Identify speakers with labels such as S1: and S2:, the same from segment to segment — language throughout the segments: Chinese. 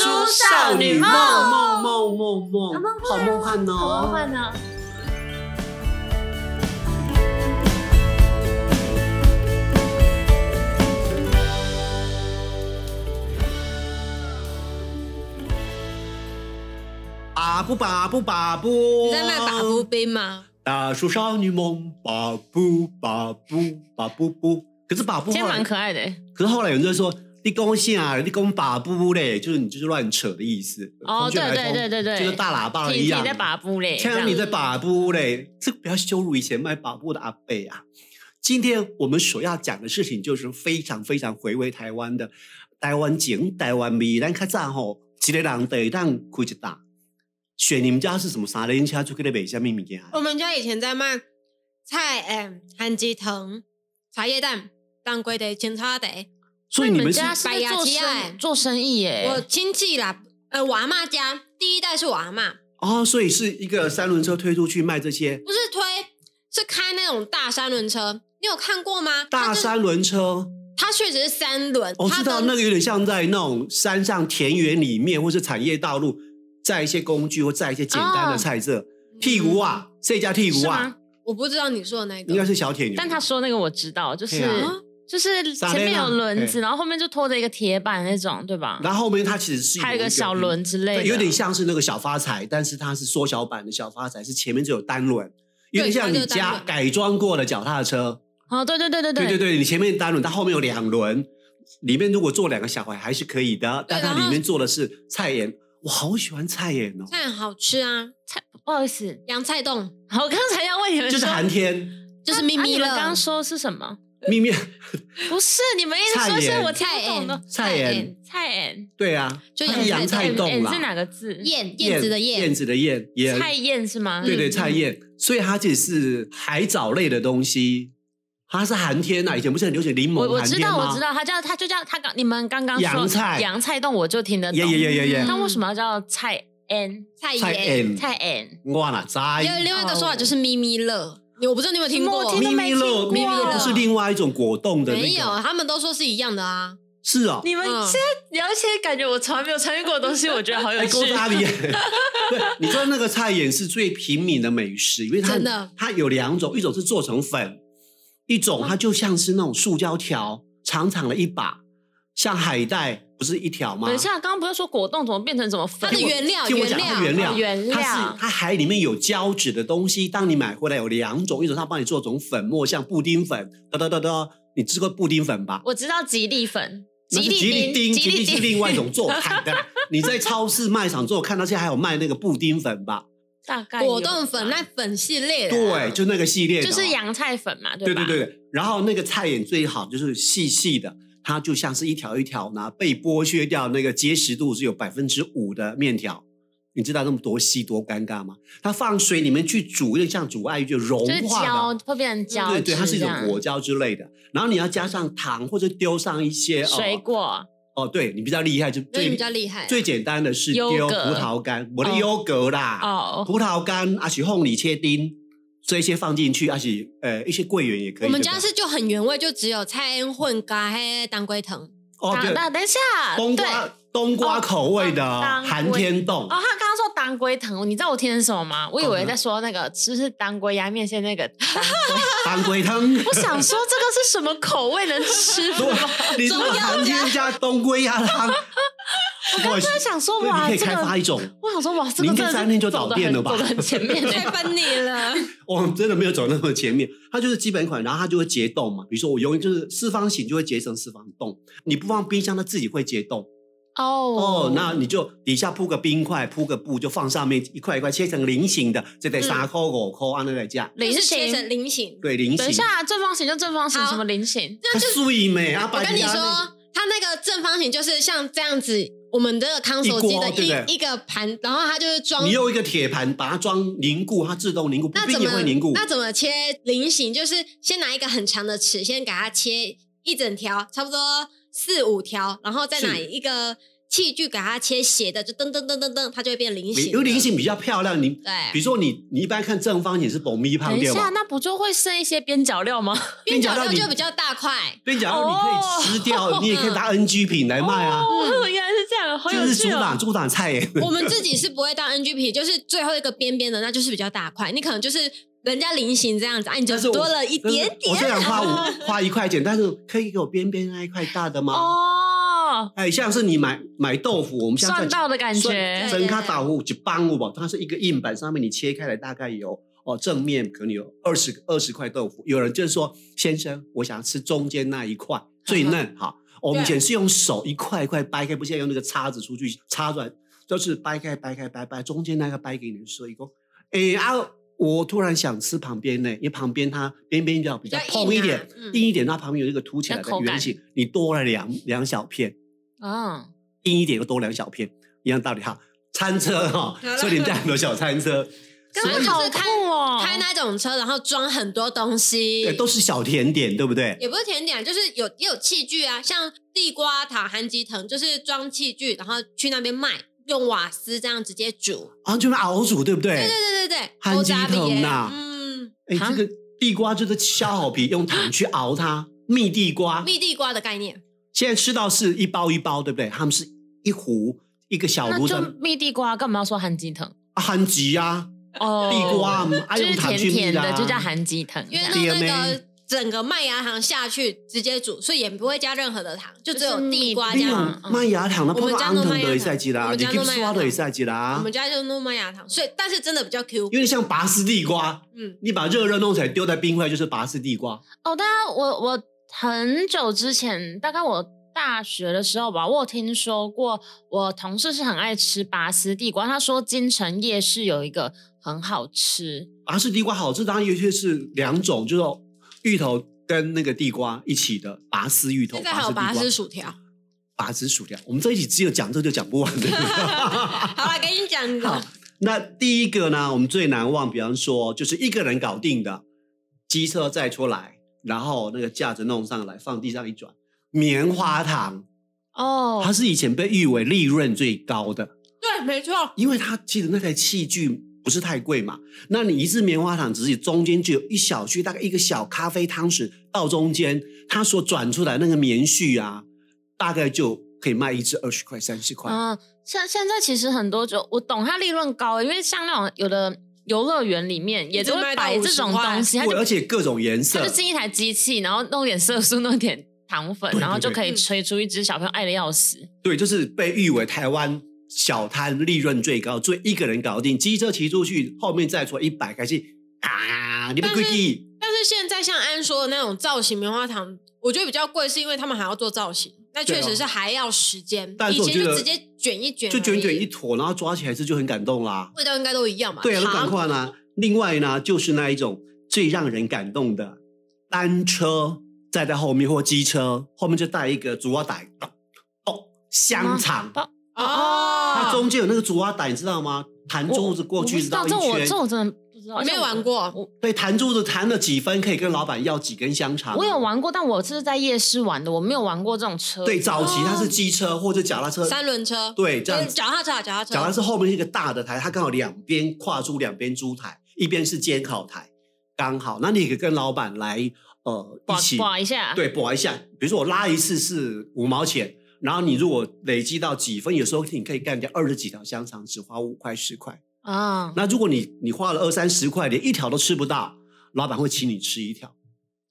S1: 少女梦
S2: 梦梦梦
S1: 啊
S2: 梦
S1: 梦，
S2: 好梦幻哦！
S1: 好梦幻呢。
S3: 啊
S2: 啊不吧不吧不，
S4: 你在那打步兵吗？
S2: 打出少女梦，吧不吧不吧不不。可是吧不
S4: 今天
S2: 后来
S4: 蛮，可爱的欸
S2: 可是后来有人就说你攻信啊，你攻吧不嘞，就是你就是乱扯的意思。
S4: 哦，
S2: 空穴
S4: 对
S2: 来
S4: 对
S2: 风
S4: 对对对，
S2: 就是大喇叭啊一
S4: 你
S2: 样。
S4: 你在把布嘞，这
S2: 天啊，
S4: 样
S2: 你在把布嘞，这不要羞辱以前卖把布的阿贝啊！今天我们所要讲的事情，就是非常非常回味台湾的台湾景、台湾味。咱看早吼，一个人得让开一打。选你们家是什么？三轮车出去的卖什么物件？
S3: 我们家以前在卖菜，嗯，韩鸡藤、茶叶蛋、当归的清茶的。
S2: 所以
S4: 那
S2: 你
S4: 你
S2: 们是
S4: 家是
S3: 白
S4: 在
S3: 牙
S4: 做
S3: 鸡哎
S4: 生做生意耶？
S3: 我亲戚啦，呃，我阿妈家第一代是我阿妈，
S2: 哦，所以是一个三轮车推出去卖这些
S3: 不是推，是开那种大三轮车。你有看过吗？它
S2: 大
S3: 就是，
S2: 三轮车。
S3: 它确实是三轮，
S2: 我、
S3: 它
S2: 哦知道
S3: 跟
S2: 那个有点像在那种山上田园里面，或是产业道路，载一些工具或载一些简单的菜色。屁股啊，谁家屁股
S4: 哦嗯是
S2: 啊
S4: 吗？？
S3: 我不知道你说的那个，
S2: 应该是小田园。
S4: 但他说那个我知道，就是
S2: 对
S3: 啊
S4: 就是前面有轮
S2: 哎
S4: 子，然后后面就拖着一个铁板那种，对吧？
S2: 然后后面它其实是
S4: 还有一个小轮之类的，
S2: 嗯对有点像是那个小发财，但是它是缩小版的小发财，是前面只有单轮，有点像
S3: 它就
S2: 你
S3: 单
S2: 家
S3: 轮
S2: 改装过的脚踏车。
S4: 哦，对对对对
S2: 对对
S4: 对
S2: 对，你前面单轮，它后面有两轮，里面如果坐两个小孩还是可以的，但它
S3: 然后
S2: 里面坐的是菜园，我好喜欢菜园哦，
S3: 菜很好吃啊，
S4: 不好意思，
S3: 洋菜冻
S4: 好，我刚才要问你们
S2: 就
S4: 说，
S2: 是 寒天
S3: 就是
S4: 啊
S3: 咪咪
S4: 你
S3: 乐，
S4: 们刚刚说是什么？
S2: 秘密，
S4: 不是你们一直
S2: 菜
S4: 说是
S2: 园
S4: 我听不懂的
S2: 菜
S3: 哎
S2: 园
S4: 菜嗯园，
S2: 对啊，
S3: 就
S2: 它是
S3: 洋
S2: 洋
S3: 菜
S2: 菜冻
S4: 哎是哪
S2: 啦，
S4: 个字？
S3: 燕燕子的
S2: 燕
S3: 燕，
S2: 子的燕，燕
S4: 菜宴是吗？
S2: 对对，
S3: 嗯
S2: 菜叶，所以它其实是海藻类的东西，它是寒天啊呐、以前不是很流行柠
S4: 我
S2: 檬
S4: 我
S2: 寒
S4: 知
S2: 天
S4: 道，
S2: 吗？
S4: 我知道，它叫它就叫它刚你们刚刚说
S2: 洋菜
S4: 洋菜冻，我就听得懂。
S2: 耶耶耶耶耶，
S4: 但为什么要叫菜 n
S3: 菜
S2: 菜
S3: 园。
S2: 叶，
S4: 嗯菜哎 n？
S2: 我哪知？
S3: 还有另外一个说法就是咪咪乐，你我不知道你有没有听
S4: 什么
S3: 过
S4: 我听，
S2: 咪咪乐，
S4: 都没
S2: 咪
S4: 听
S2: 咪
S4: 过
S2: 乐不是另外一种果冻的那个？
S3: 没有，啊他们都说是一样的啊。
S2: 是哦。
S4: 你们
S3: 嗯
S4: 现在聊一些感觉我从来没有参与过的东西，我觉得好有
S2: 哎，
S4: 趣
S2: 勾。搭你！ 对，你知道那个菜眼是最平民的美食，因为它
S3: 真的
S2: 它有两种，一种是做成粉，一种它就像是那种塑胶条，长长的一把，像海带，不是一条吗？
S4: 等一下，刚刚不是说果冻怎么变成怎么粉？
S3: 它的原料，
S2: 听我讲，它
S3: 料，
S2: 原料，
S4: 哦原料
S2: 它是它海里面有胶质的东西。当你买回来有两种，一种它帮你做成粉末，像布丁粉，哒哒哒哒，你吃过布丁粉吧？
S4: 我知道吉利粉，
S2: 那是
S4: 利
S2: 吉利
S4: 丁，
S2: 丁，吉利
S4: 丁
S2: 是另外一种做海的。你在超市卖场做，看到现在还有卖那个布丁粉吧？
S4: 大概有
S3: 果冻粉
S4: 吧
S3: 那粉系列的啊，
S2: 对，就那个系列的哦，
S4: 就是洋菜粉嘛，
S2: 对
S4: 吧？
S2: 对对对。然后那个菜眼最好就是细细的，它就像是一条一条呢被剥削掉，那个结实度是有百分之五的面条。你知道那么多细多尴尬吗？它放水里面去煮，有点像煮爱玉就融
S4: 就是
S2: 化
S4: 胶
S2: 的，
S4: 会变成胶
S2: 对
S4: 质，
S2: 对，它是一种
S4: 这
S2: 果
S4: 样
S2: 胶之类的。然后你要加上糖或者丢上一些哦
S4: 水果，
S2: 哦，对你比较厉害，就
S3: 所以
S2: 最
S3: 你比较厉害啊。
S2: 最简单的是丢
S4: 优
S2: 葡
S4: 格
S2: 萄干，我的优格啦，
S4: 哦，
S2: 葡萄干啊，是凤梨切丁这些放进去，而且呃一些桂圆也可以。
S3: 我们
S2: 对
S3: 家
S2: 吧
S3: 是就很原味，就只有菜恩混咖黑当归藤，
S2: 哦，
S4: 那
S2: 对，
S4: 那等一下，
S2: 冬
S4: 对
S2: 瓜冬瓜口味的
S4: 哦当归
S2: 寒天冻
S4: 哦，，他刚刚说当归藤，你知道我听成什么吗？
S2: 哦
S4: 我以为在说那个就是当归压面线那 个，
S2: 当 归汤。
S4: 我想说这个是什么口味能 吃？
S2: 如果你如果寒天加冬龟鸭 汤，我
S4: 刚刚在想说
S2: 对
S4: 哇，
S2: 你可以
S4: 这
S2: 开发
S4: 个
S2: 一种，
S4: 我想说哇，这个
S2: 明
S4: 真
S2: 天
S4: 的
S2: 三天就倒
S4: 走得
S2: 店
S4: 很
S2: 了吧
S4: 走得很前面
S3: 太
S4: 呢。
S3: 分你了。
S2: 我们真的没有走那么前面，它就是基本款，然后它就会结冻嘛。比如说我永远就是四方形就会结成四方冻，你不放冰箱它自己会结冻。哦
S4: 哦，
S2: 那你就底下铺个冰块，铺个布就放上面一块一块切成菱形的，这得三扣五扣按那来价，
S4: 菱
S3: 就是切成
S4: 形。
S3: 菱形。
S2: 对菱形。
S4: 等一下，正方形就正方形，
S3: 好
S4: 什么菱形？
S2: 它碎美啊！
S3: 我
S2: 把
S3: 跟你
S2: 人家那，
S3: 说，它那个正方形就是像这样子，我们这个康手机的
S2: 一锅对不对
S3: 一一个盘，然后它就是装
S2: 你。用一个铁盘把它装凝固，它自动凝固，
S3: 那
S2: 冰
S3: 怎
S2: 也
S3: 么
S2: 会凝固。
S3: 那怎么切菱形？就是先拿一个很长的尺，先给它切一整条，差不多四五条，然后再拿
S2: 是
S3: 一个器具给它切斜的，就噔噔噔噔噔，它就会变菱形哎
S2: 你因
S3: 了。
S2: 为菱形比较漂亮，你比
S3: 对，
S2: 如说你你一般看正方形是薄咪胖
S4: 等一
S2: 对
S4: 下，
S2: 吧？
S4: 那不就会剩一些边角料吗？
S3: 边角
S2: 料
S3: 料
S2: 你
S3: 就比较大块。
S2: 边角料哦你可以吃掉，你也可以当 NG 品来卖啊，
S4: 哦，原来是这样，好
S2: 这
S4: 有
S2: 是主
S4: 趣
S2: 打
S4: 哦！
S2: 主打菜耶。
S3: 我 们自己是不会当 NG 品，就是最后一个边边的，那就是比较大块。你可能就是人家菱形这样子，啊，你就
S2: 但是我
S3: 多了一点啊
S2: 我
S3: 点。
S2: 虽然花五花一块钱，但是可以给我边边那一块大的吗？
S4: 哦，
S2: 哎，像是你买买豆腐，我们现在
S4: 算到的感
S2: 算
S4: 觉，
S2: 整卡豆腐一磅五吧，它是一个硬板，上面你切开来大概有哦，正面可能有二十二十块豆腐。有人就是说，先生，我想要吃中间那一块最嫩哈。我们以前是用手一块一块掰开，不现在用那个叉子出去插出来，就是掰开掰开掰掰，中间那个掰给你的时候，一共哎啊。我突然想吃旁边呢，因为旁边它边边角比较
S3: 比较
S2: 碰一
S3: 硬啊
S2: 点，
S3: 嗯
S2: 硬一点，它旁边有一个凸起来
S4: 比
S2: 的
S4: 较口感
S2: 圆形，你多了两两小片，
S4: 嗯，
S2: 硬一点又多两小片，一样道理哈。餐车 哈、
S3: 好了
S2: 所以你们家很多小餐 车，
S4: 刚
S3: 所以
S4: 刚
S3: 就是
S4: 好酷哦，
S3: 开那种车，然后装很多东
S2: 对，
S3: 西，
S2: 都是小甜点，对不对？
S3: 也不是甜点，啊就是有也有器具啊，像地瓜塔、韩吉藤，就是装器具，然后去那边卖，用瓦斯这样直接煮。
S2: 啊，就是熬煮，对不对？
S3: 对对对对对，
S2: 韩吉藤啊
S3: 欧扎比耶嗯，
S2: 哎、
S4: 啊
S2: 这个地瓜就是削好皮，用糖去熬它，蜜地瓜。
S3: 嗯蜜地瓜的概念，
S2: 现在吃到是一包一包，对不对？他们是一壶一个小
S4: 那
S2: 炉
S4: 就
S2: 的
S4: 蜜地瓜，干嘛要说含鸡藤？
S2: 啊韩吉啊，
S4: 哦，
S2: 地瓜啊，啊
S4: 就是
S2: 用糖
S4: 甜
S2: 去蜜
S4: 甜的，
S2: 啊
S4: 就叫含鸡藤，
S3: 因为
S4: 这样
S3: 弄那
S2: DMA
S3: 个整个麦芽糖下去直接煮，所以也不会加任何的糖，就只有地瓜
S2: 你
S4: 这
S2: 有
S4: 样
S3: 加
S4: 嗯。
S2: 麦芽糖的，
S3: 我
S2: 泡
S3: 们
S2: 泡
S3: 家
S2: 安
S3: 弄
S2: 藤
S3: 麦芽
S2: 的也
S3: 糖
S2: 赛季啦，
S3: 我们
S2: 你
S3: 家弄
S2: keep
S3: 麦芽
S2: 刷的也赛季
S3: 我
S2: 啦
S3: 们，家就弄麦芽糖，所以但是真的比较 Q。
S2: 有点像拔丝地瓜，
S3: 嗯，
S2: 你把热热弄起来丢在冰块就是拔丝地瓜。
S4: 哦，大家，我我很久之前，大概我大学的时候吧，我有听说过，我同事是很爱吃拔丝地瓜，他说金城夜市有一个很好吃，
S2: 拔啊丝地瓜好吃，当然有些是两种，就是芋头跟那个地瓜一起的拔丝芋头，
S3: 现在还有拔
S2: 拔丝
S3: 丝
S2: 地瓜、
S3: 薯条。
S2: 拔丝薯条。我们这一集只有讲这就讲不完 的。
S3: 好了，给你讲一
S2: 好
S3: 个，
S2: 那第一个呢，我们最难忘，比方说就是一个人搞定的，机车载出来，然后那个架子弄上来，放地上一转，棉花糖，
S4: 哦
S2: 它是以前被誉为利润最高的。
S3: 对，没错，
S2: 因为它其实那台器具不是太贵嘛，那你一支棉花糖只是中间就有一小区，大概一个小咖啡汤匙到中间，它所转出来那个棉絮啊，大概就可以卖一支二十块、三十块。
S4: 嗯，
S3: 哦
S4: 现现在其实很多就我懂它利润高，因为像那种有的游乐园里面也
S3: 一直
S4: 都会
S3: 卖到
S4: 摆这种
S3: 50块
S4: 东西，它
S2: 对，而
S4: 就
S2: 且各种颜
S4: 它
S2: 色
S4: 就，进一台机器，然后弄点色素，弄点糖粉，
S2: 对
S4: 然后
S2: 对
S4: 就
S2: 对
S4: 可以
S3: 嗯
S4: 吹出一只小朋友爱的要死。
S2: 对，就是被誉为台湾小摊利润最高，最一个人搞定，机车骑出去，后面再出来一百开始啊，你们
S3: 但
S2: 贵
S3: 是
S2: 地
S3: 但是现在像安说的那种造型棉花糖，我觉得比较贵，是因为他们还要做造型，那确
S2: 对
S3: 实
S2: 啊
S3: 是还要时间。
S2: 但是
S3: 以
S2: 我
S3: 前
S2: 觉
S3: 就
S2: 得
S3: 直接卷一卷而已，
S2: 就卷卷一坨，然后抓起来吃就很感动啦。
S3: 味道应该都一样吧？
S2: 对啊，都赶
S3: 糖
S2: 快啦。另外呢，就是那一种最让人感动的单车，载在后面或机车后面就带一个竹蛙带，咚咚香肠，
S4: 包
S2: 它
S3: 哦，
S2: 中间有那个竹蛙带，你知道吗？弹珠子过
S4: 我
S2: 去
S4: 不知道
S2: 绕一
S4: 这我
S2: 圈
S4: 这，我真的不知道，
S3: 你没有玩过
S4: 我
S2: 对，弹珠子弹了几分可以跟老板要几根香肠。
S4: 我有。玩过，但我是在夜市玩的，我没有玩过这种车。
S2: 对，早期它
S4: 哦
S2: 是机车或者脚踏车，
S3: 三轮车，
S2: 对，这样子。
S3: 脚踏车啊，脚踏车，
S2: 脚踏车后面是一个大的台，它刚好两边跨出两边珠台，一边是监考台，刚好。那你也可以跟老板来呃一
S4: 刮
S2: 起
S4: 刮一下，，
S2: 对，补一下。比如说我拉一次是五毛钱，然后你如果累积到几分，有时候你可以干掉二十几条香肠，只花五块十块。
S4: 啊、
S2: 那如果你你花了二三十块，连一条都吃不到，老板会请你吃一条。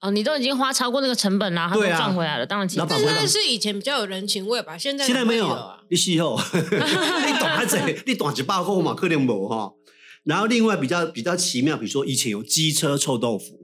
S4: 哦，你都已经花超过那个成本啦，他都
S2: 对啊
S4: 赚回来了，当然请
S2: 老板
S3: 但
S2: 会
S3: 是
S2: 让
S3: 那是以前比较有人情味吧，现在
S2: 现在没
S3: 哪
S2: 有
S3: 会啊，
S2: 你是哦， 你懂啊这，你懂一百块嘛，可能无哈。然后另外比较比较奇妙，比如说以前有机车臭豆腐，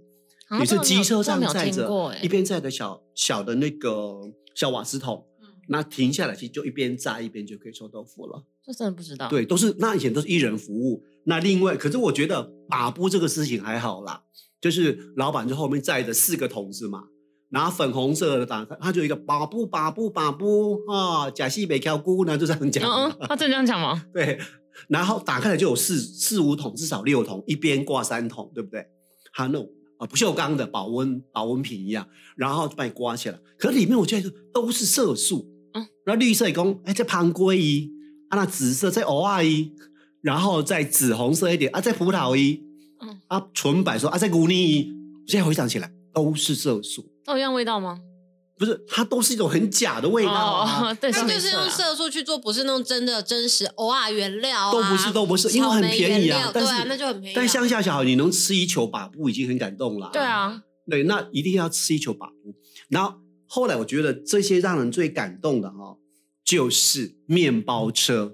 S4: 好
S2: 也
S4: 像啊
S2: 是
S4: 都没有
S2: 机车
S4: 都
S2: 上
S4: 没有
S2: 载
S4: 听
S2: 着
S4: 过哎
S2: 一，边载着小小的那个小瓦斯桶
S3: 嗯，
S2: 那停下来其实就一边炸一边就可以臭豆腐了。
S4: 这真的不知道。，
S2: 对，都是那以前都是一人服务。那另外，可是我觉得把布这个事情还好啦，就是老板就后面载着四个桶子嘛，然后粉红色的打开，他就有一个把布把布把布啊，假戏北漂姑呢就这样讲嘛，
S4: 嗯嗯，他真的这样讲吗？
S2: 对，然后打开来就有四四五桶，至少六桶，一边挂三桶，对不对？还有那种啊不锈钢的保温保温瓶一样，然后就把你刮起来，可里面我觉得都是色素，
S4: 嗯
S2: 然后绿色讲，哎、这盘龟衣，啊那紫色这蚵仔衣，然后再紫红色一点，啊这葡萄衣，
S4: 嗯
S2: 啊纯白说啊这古泥衣，现在回想起来都是色素，
S4: 都一样味道吗？
S2: 不是它都是一种很假的味道啊。
S4: 哦，对，
S3: 它
S4: 没
S3: 就是
S4: 错啦
S3: 用色素去做，不是那种真的真实，偶尔原料、啊、
S2: 都不是都不是因为很
S3: 草莓
S2: 便宜啊
S3: 原料
S2: 但
S3: 对
S2: 是
S3: 啊，那就很便宜、啊。
S2: 但乡下小孩，你能吃一球把布已经很感动了。
S4: 对啊，
S2: 对，那一定要吃一球把布。然后后来我觉得这些让人最感动的哦，就是面包车。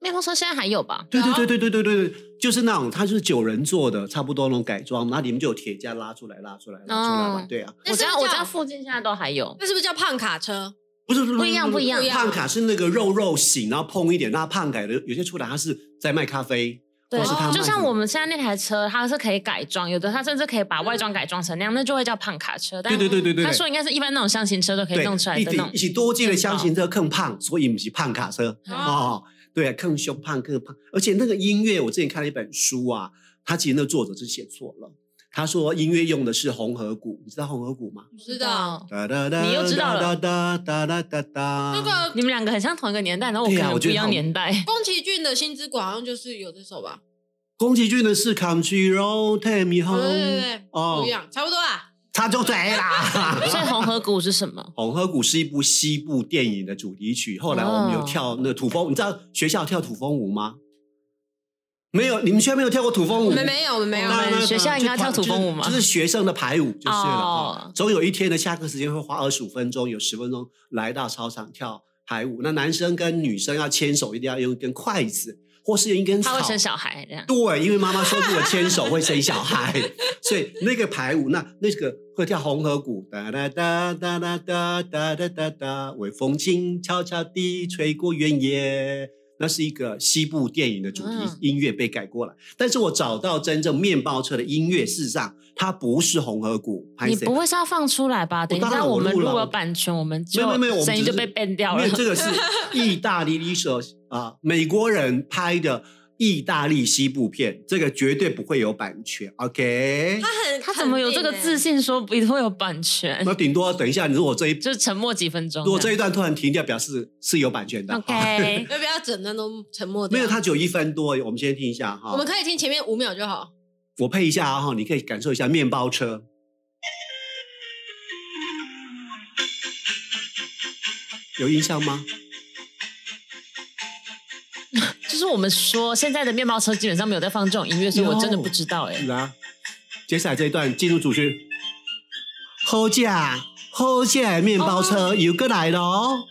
S4: 面包车现在还有吧？
S2: 对对对对对对对对，就是那种它就是九人座的，差不多那种改装，那里面就有铁架拉出来拉出来拉出来嘛。
S4: 嗯
S2: 对啊，
S3: 那
S4: 我
S3: 是不
S4: 家
S3: 是
S4: 我
S3: 叫
S4: 家附近现在都还有。
S3: 那是不是叫胖卡车？
S2: 不是不是
S4: 不一样不一样
S2: 胖卡是那个肉肉型，然后碰一点，那胖改的有些出来它是在卖咖啡，
S4: 对
S2: 或哦是它卖
S4: 就
S2: 什
S4: 像
S2: 么
S4: 我们现在那台车，它是可以改装，有的它甚至可以把外装改装成那样，那就会叫胖卡车。但
S2: 对对对对对对
S4: 他说应该是一般那种厢型车都可以
S2: 对，
S4: 弄出来
S2: 一
S4: 的那
S2: 起
S4: 种
S2: 一。起多见的箱型车更胖，所以不是胖卡车
S4: 哦
S2: 哦。对，更凶胖更胖，而且那个音乐，我之前看了一本书啊，他其实那作者是写错了，他说音乐用的是红河谷，你知道红河谷吗？
S3: 不知道。
S2: 哒哒哒，
S4: 你又知道了
S2: 哒哒哒哒哒。
S3: 那个
S4: 你们两个很像同一个年代，然后我
S2: 对
S4: 可
S2: 啊
S4: 能
S2: 我觉
S4: 不
S2: 得
S4: 一样
S2: 好
S4: 年代。
S3: 宫崎骏的《心之谷》好像就是有这首吧？
S2: 宫崎骏的是《Country Road Take Me
S3: 对
S2: Home》，
S3: 对对对，
S2: 哦
S3: 不一，样，差不多啊啦。
S2: 他就对啦。
S4: 所以红河谷是什么？
S2: 红河谷是一部西部电影的主题曲。后来我们有
S4: 哦
S2: 跳那个土风，你知道学校跳土风舞吗？没有，你们学校没有跳过土风
S3: 我
S2: 舞？
S3: 们没有，我们没有
S4: 我。们
S2: 嗯哦那那
S4: 学校应该跳土风舞吗
S2: 就是就是学生的排舞就是了。
S4: 哦
S2: 哦总有一天的下课时间会花二十五分钟，有十分钟来到操场跳排舞。那男生跟女生要牵手，一定要用一根筷子，或是用一根
S4: 他
S2: 草。
S4: 会生小孩这样。
S2: 对，因为妈妈说如果牵手会生小孩，所以那个排舞，那那个会跳红河谷，哒哒哒哒哒哒哒哒哒哒，微风轻悄悄地吹过原野。那是一个西部电影的主题
S4: 嗯
S2: 音乐被改过来，但是我找到真正面包车的音乐，事实上它不是红河谷，拍
S4: 你
S2: 谁
S4: 不会是要放出来吧？等一
S2: 当
S4: 下
S2: 然我
S4: 们
S2: 录
S4: 如
S2: 了
S4: 果
S2: 我
S4: 有版权，我们
S2: 没
S4: 就
S2: 有没有，我们
S4: 声音
S2: 只
S4: 就是被 ban 掉了
S2: 没有，。这个是意大利一首啊，美国人拍的意大利西部片，这个绝对不会有版权。OK，
S3: 他很 欸
S4: 他怎么有这个自？信说不会有版权？
S3: 嗯
S2: 那顶多等一下，如果这 一
S4: 就沉默几分钟。
S2: 如果这一段突然停掉，表示是有版权的。哈
S4: OK，
S3: 要不要整段都沉默掉？
S2: 没有，它只有一分多而已，我们先听一下哈。
S3: 我们可以听前面五秒就
S2: 哦
S3: 好。
S2: 我配一下啊哈，你可以感受一下面包车。有印象吗？
S4: 就是我们说现在的面包车基本上没有在放这种音乐，所以我真的不知道哎、
S2: 来、啊接下来这一段进入主旋律。好价，好价的面包车又过来了哦，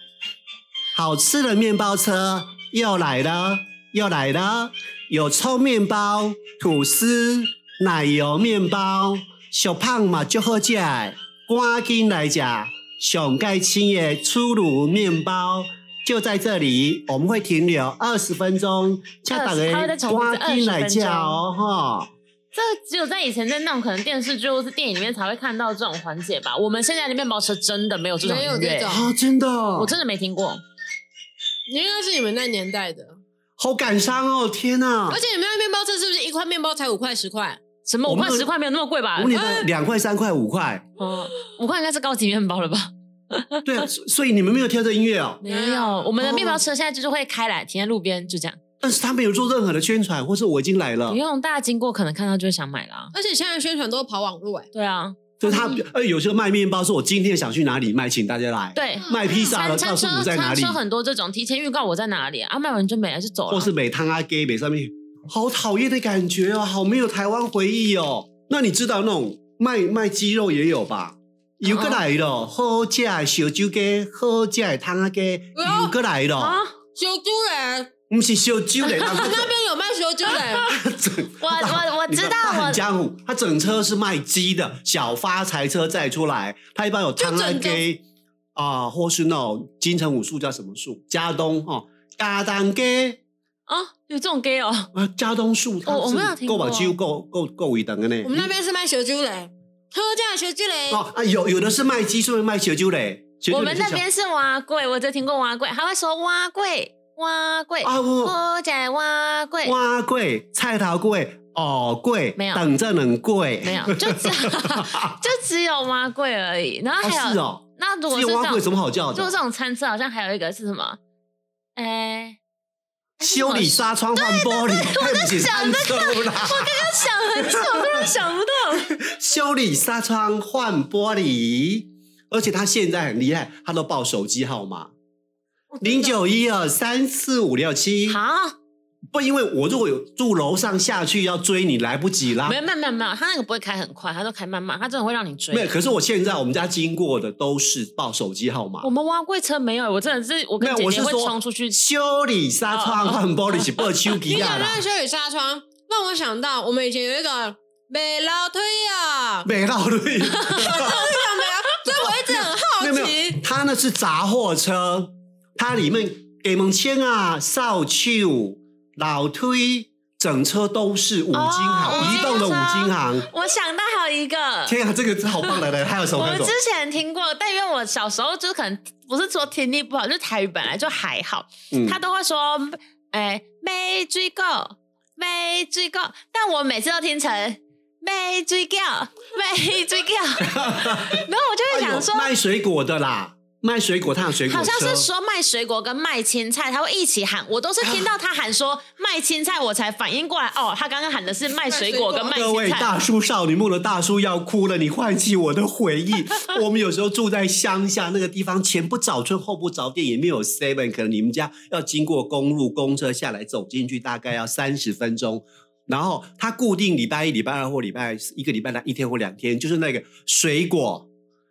S2: 好吃的面包车又来了，又来了，有葱面包、吐司、奶油面包，小胖嘛就好食的，赶紧来吃！上盖青的粗鲁面包。就在这里，我们会停留二十分钟，叫大
S4: 20他会
S2: 家
S4: 再重复一次
S2: 赶紧来吃哦，哈。
S4: 这只有在以前在那种可能电视剧或是电影里面才会看到这种环节吧。我们现在的面包车真的没有这种
S3: 没
S4: 音
S3: 有
S4: 乐
S3: 这，种
S2: 啊，真的，
S4: 我真的没听过。
S3: 应该是你们那年代的，
S2: 好感伤哦！天哪，
S3: 而且你们那面包车是不是一块面包才五块十块？
S4: 什么
S2: 我
S4: 五
S2: 们
S4: 块十块没有那么贵吧
S2: 我？们年代两块、三块、五 块，
S4: 嗯，五块应该是高级面包了吧？
S2: 对啊，所所以你们没有跳这音乐哦。
S4: 没有，我们的面包车现在就是会开来停在路边，就这样，
S2: 但是他没有做任何的宣传，或是我已经来了
S4: 不，用大家经过可能看到就会想买啦。
S3: 而且现在宣传都是跑网路哎、
S4: 对啊，
S2: 就是他呃，有时候卖面包说我今天想去哪里卖，请大家来。，
S4: 对，
S2: 卖披萨
S4: 餐
S2: 的告
S4: 餐
S2: 诉我
S4: 车
S2: 在哪
S4: 餐
S2: 里
S4: 车，很多这种提前预告我在哪里啊，啊卖完就没了就走了。
S2: 或是美汤阿给美上面，好讨厌的感觉哦，好没有台湾回忆哦。那你知道那种卖卖鸡肉也有吧？有
S4: 嗯
S2: 个来了，好食的小酒鸡，好食的汤阿给，
S3: 哎呦
S2: 有个来了，
S4: 啊，
S3: 小猪 人
S2: 不是小酒啊嘞，那是
S3: 那边有卖小 猪人，
S2: 整
S4: 我我我
S2: 你
S4: 知道
S2: 他
S4: 我
S2: 很江湖，他整车是卖鸡的小发财车载出来，他一般有汤
S3: 整
S2: 安
S3: 个
S2: K 啊，或是那种金城武术叫什么树，加东哦，加丹 K
S4: 啊，有这种 gay 哦，
S2: 啊，加东树，它
S4: 我我没有
S2: 是
S4: 听
S2: 够
S4: 过
S2: 把鸡够够够一等的呢
S3: 我。们那边是卖小猪人，喝价小猪人。
S2: 哦啊，有有的是卖鸡，顺便卖小酒嘞，小酒
S4: 我
S2: 嘞
S4: 们
S2: 是
S4: 那
S2: 小
S4: 边是蛙柜，我只听过蛙柜，还会说蛙柜蛙柜，
S2: 啊我
S4: 我在蛙柜
S2: 蛙贵、菜头贵、藕贵，
S4: 没有啊
S2: 等着冷 贵，
S4: 没有，就只就只有蛙柜而已。然后
S2: 哦
S4: 还
S2: 是
S4: 有，
S2: 哦，
S4: 那啊，如果是
S2: 自由蛙
S4: 这
S2: 柜有什
S4: 种，
S2: 么好叫
S4: 就是这
S2: 的？
S4: 种参差，好像还有一个是什么？哎、 哎
S2: 修理纱窗换玻璃，太不起三周啦！
S4: 那个什么想很久，突然想不 到。
S2: 修理纱窗换玻璃，而且他现在很厉害，他都报手机号码零九一二三四五六七。
S4: 好，
S2: 不，因为我如果有住楼上下去要追你来不及啦
S4: 没。有没有没有没有，他那个不会开很快，他都开慢慢，他真的会让你追
S2: 没。有，可是我现在我们家经过的都是报手机号码
S4: 我。们挖柜车没有，我真的是我
S2: 没
S4: 跟
S2: 有，
S4: 姐
S2: 我
S4: 姐
S2: 是
S4: 会
S2: 说
S4: 冲出去。
S2: 修理纱窗换玻璃是不修皮
S3: 你
S2: 亚
S3: 讲
S2: 啦
S3: 那个。修理纱窗，让我想到我们以前有一个美劳推 啊，
S2: 没到对，
S3: 所以我一直很
S2: 没有没
S3: 好
S2: 有
S3: 奇，，
S2: 他那是杂货车，它里面给蒙签啊、扫帚、老推，整车都是五金行，
S4: 哦
S2: 移动的五金行。
S4: 我想到还有一个，
S2: 天啊，这个好棒！来来，还有什么？
S4: 我
S2: 还有
S4: 们
S2: 什么
S4: 之前听过，但因为我小时候就是可能不是说听力不好，就是台语本来就还好，
S2: 嗯
S4: 他都会说，哎、没追够，没追够，但我每次都听成没追够，没追够， 然后我就会
S2: 哎呦
S4: 想说。
S2: 卖水果的啦，卖水果，他有水果
S4: 好像
S2: 车
S4: 是说卖水果跟卖青菜，他会一起喊，我都是听到他喊说卖青菜，我才反应过来，哦，他刚刚喊的是卖水果跟卖
S2: 各位
S4: 青菜。
S2: 大叔少女梦的大叔要哭了，你唤起我的回忆。我们有时候住在乡下那个地方，前不着村后不着店，也没有 seven，可能你们家要经过公路公车下来走进去，大概要三十分钟。然后它固定礼拜一、礼拜二或礼拜一个礼拜一天或两天，就是那个水果、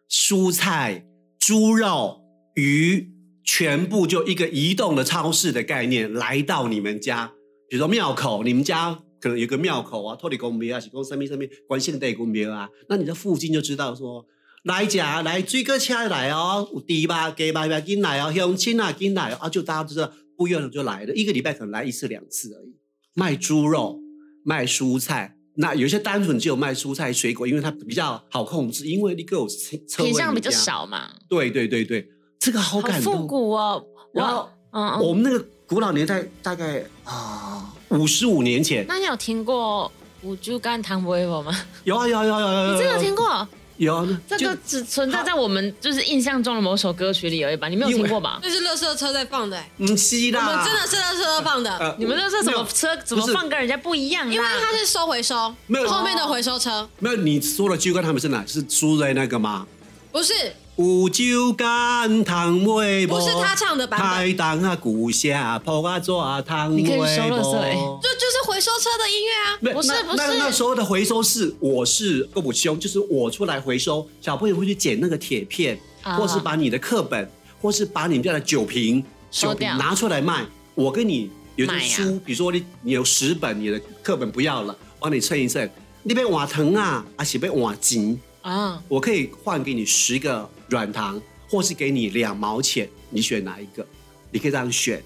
S2: 蔬菜、猪肉、鱼，全部就一个移动的超市的概念来到你们家。比如说庙口，你们家可能有个庙口啊，托里公庙啊，是公上面上面关县代公庙啊，那你在附近就知道说，来家来追个车来哦，有猪吧、鸡吧、吧进来哦，乡亲啊进来哦，啊就大家就知道，不约而就来了，一个礼拜可能来一次两次而已。卖猪肉、卖蔬菜，那有些单纯只有卖蔬菜水果，因为它比较好控制，因为你个有车车位
S4: 品相比较
S2: 欸你家。
S4: 少嘛，
S2: 对对对对，这个好
S4: 好
S2: 感
S4: 复
S2: 动。
S4: 古哦。
S2: 然后
S4: 哇，嗯，嗯
S2: 我们那个古老年代大概啊五十五年前，
S4: 那你有听过五猪干糖不会我吗？
S2: 有啊有啊有啊有啊有啊，
S4: 你真的有听过？
S2: 有啊，
S4: 这个
S2: 就
S4: 只存在在我们就是印象中的某首歌曲里而已吧？你没有听过吧？
S3: 那是垃圾车在放的、欸，
S2: 嗯，西
S3: 我
S2: 啦，
S3: 们真的是垃圾车放的，
S2: 呃
S4: 你们这是什么车？怎么
S2: 不是
S4: 放跟人家不一样啦？
S3: 因为它是收回收，
S2: 没有
S3: 后面的回收车
S2: 没有？你说了就跟他们是哪是输在那个吗？
S3: 不是，
S2: 有酒干倘卖无，
S3: 不是他唱的版本
S2: 开档啊，古下破啊，做啊，汤
S4: 你可以收垃圾欸
S3: 就就是回收车的音乐啊。
S2: 没有
S4: 不是
S2: 那
S4: 不是
S2: 那那时候的回收是我是够不凶，就是我出来回收，小朋友会去捡那个铁片，
S4: 啊
S2: 或是把你的课本，或是把你们家的酒瓶、
S4: 收
S2: 酒瓶
S4: 掉
S2: 拿出来卖。我跟你有些
S4: 买啊
S2: 书，比如说你你有十本，你的课本不要了，我帮你称一称，你被瓦疼啊，啊是被瓦金，
S4: 啊，
S2: 我可以换给你十个软糖，或是给你两毛钱，你选哪一个？你可以这样选。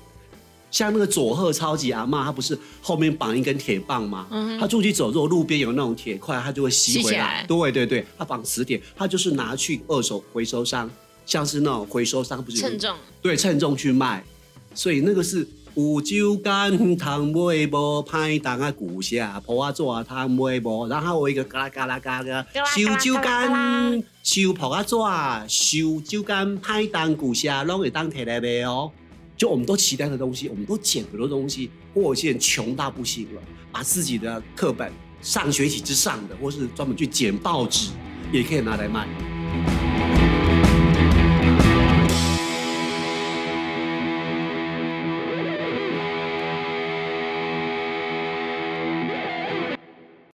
S2: 像那个佐贺超级阿嬷，她不是后面绑一根铁棒吗？
S4: 嗯哼啊
S2: 她出去走路，路边有那种铁块，她就会吸
S4: 吸
S2: 回
S4: 起
S2: 来
S4: 来。
S2: 对对对，她绑磁铁，她就是拿去二手回收商，像是那种回收商不是有
S4: 称重
S2: 对称重去卖，所以那个是有酒干糖卖无歹当啊古下婆啊做啊汤卖无，然后我一个嘎啦嘎啦嘎啦
S4: 嘎啦，
S2: 烧酒
S4: 嘎啦嘎啦嘎
S2: 干
S4: 啦、
S2: 烧婆啊做啊、烧酒干歹当古下，拢会当摕来卖哦。就我们都期待的东西，我们都捡很多东西，或有些人穷到不行了，把自己的课本上学期之上的，或是专门去捡报纸，也可以拿来卖。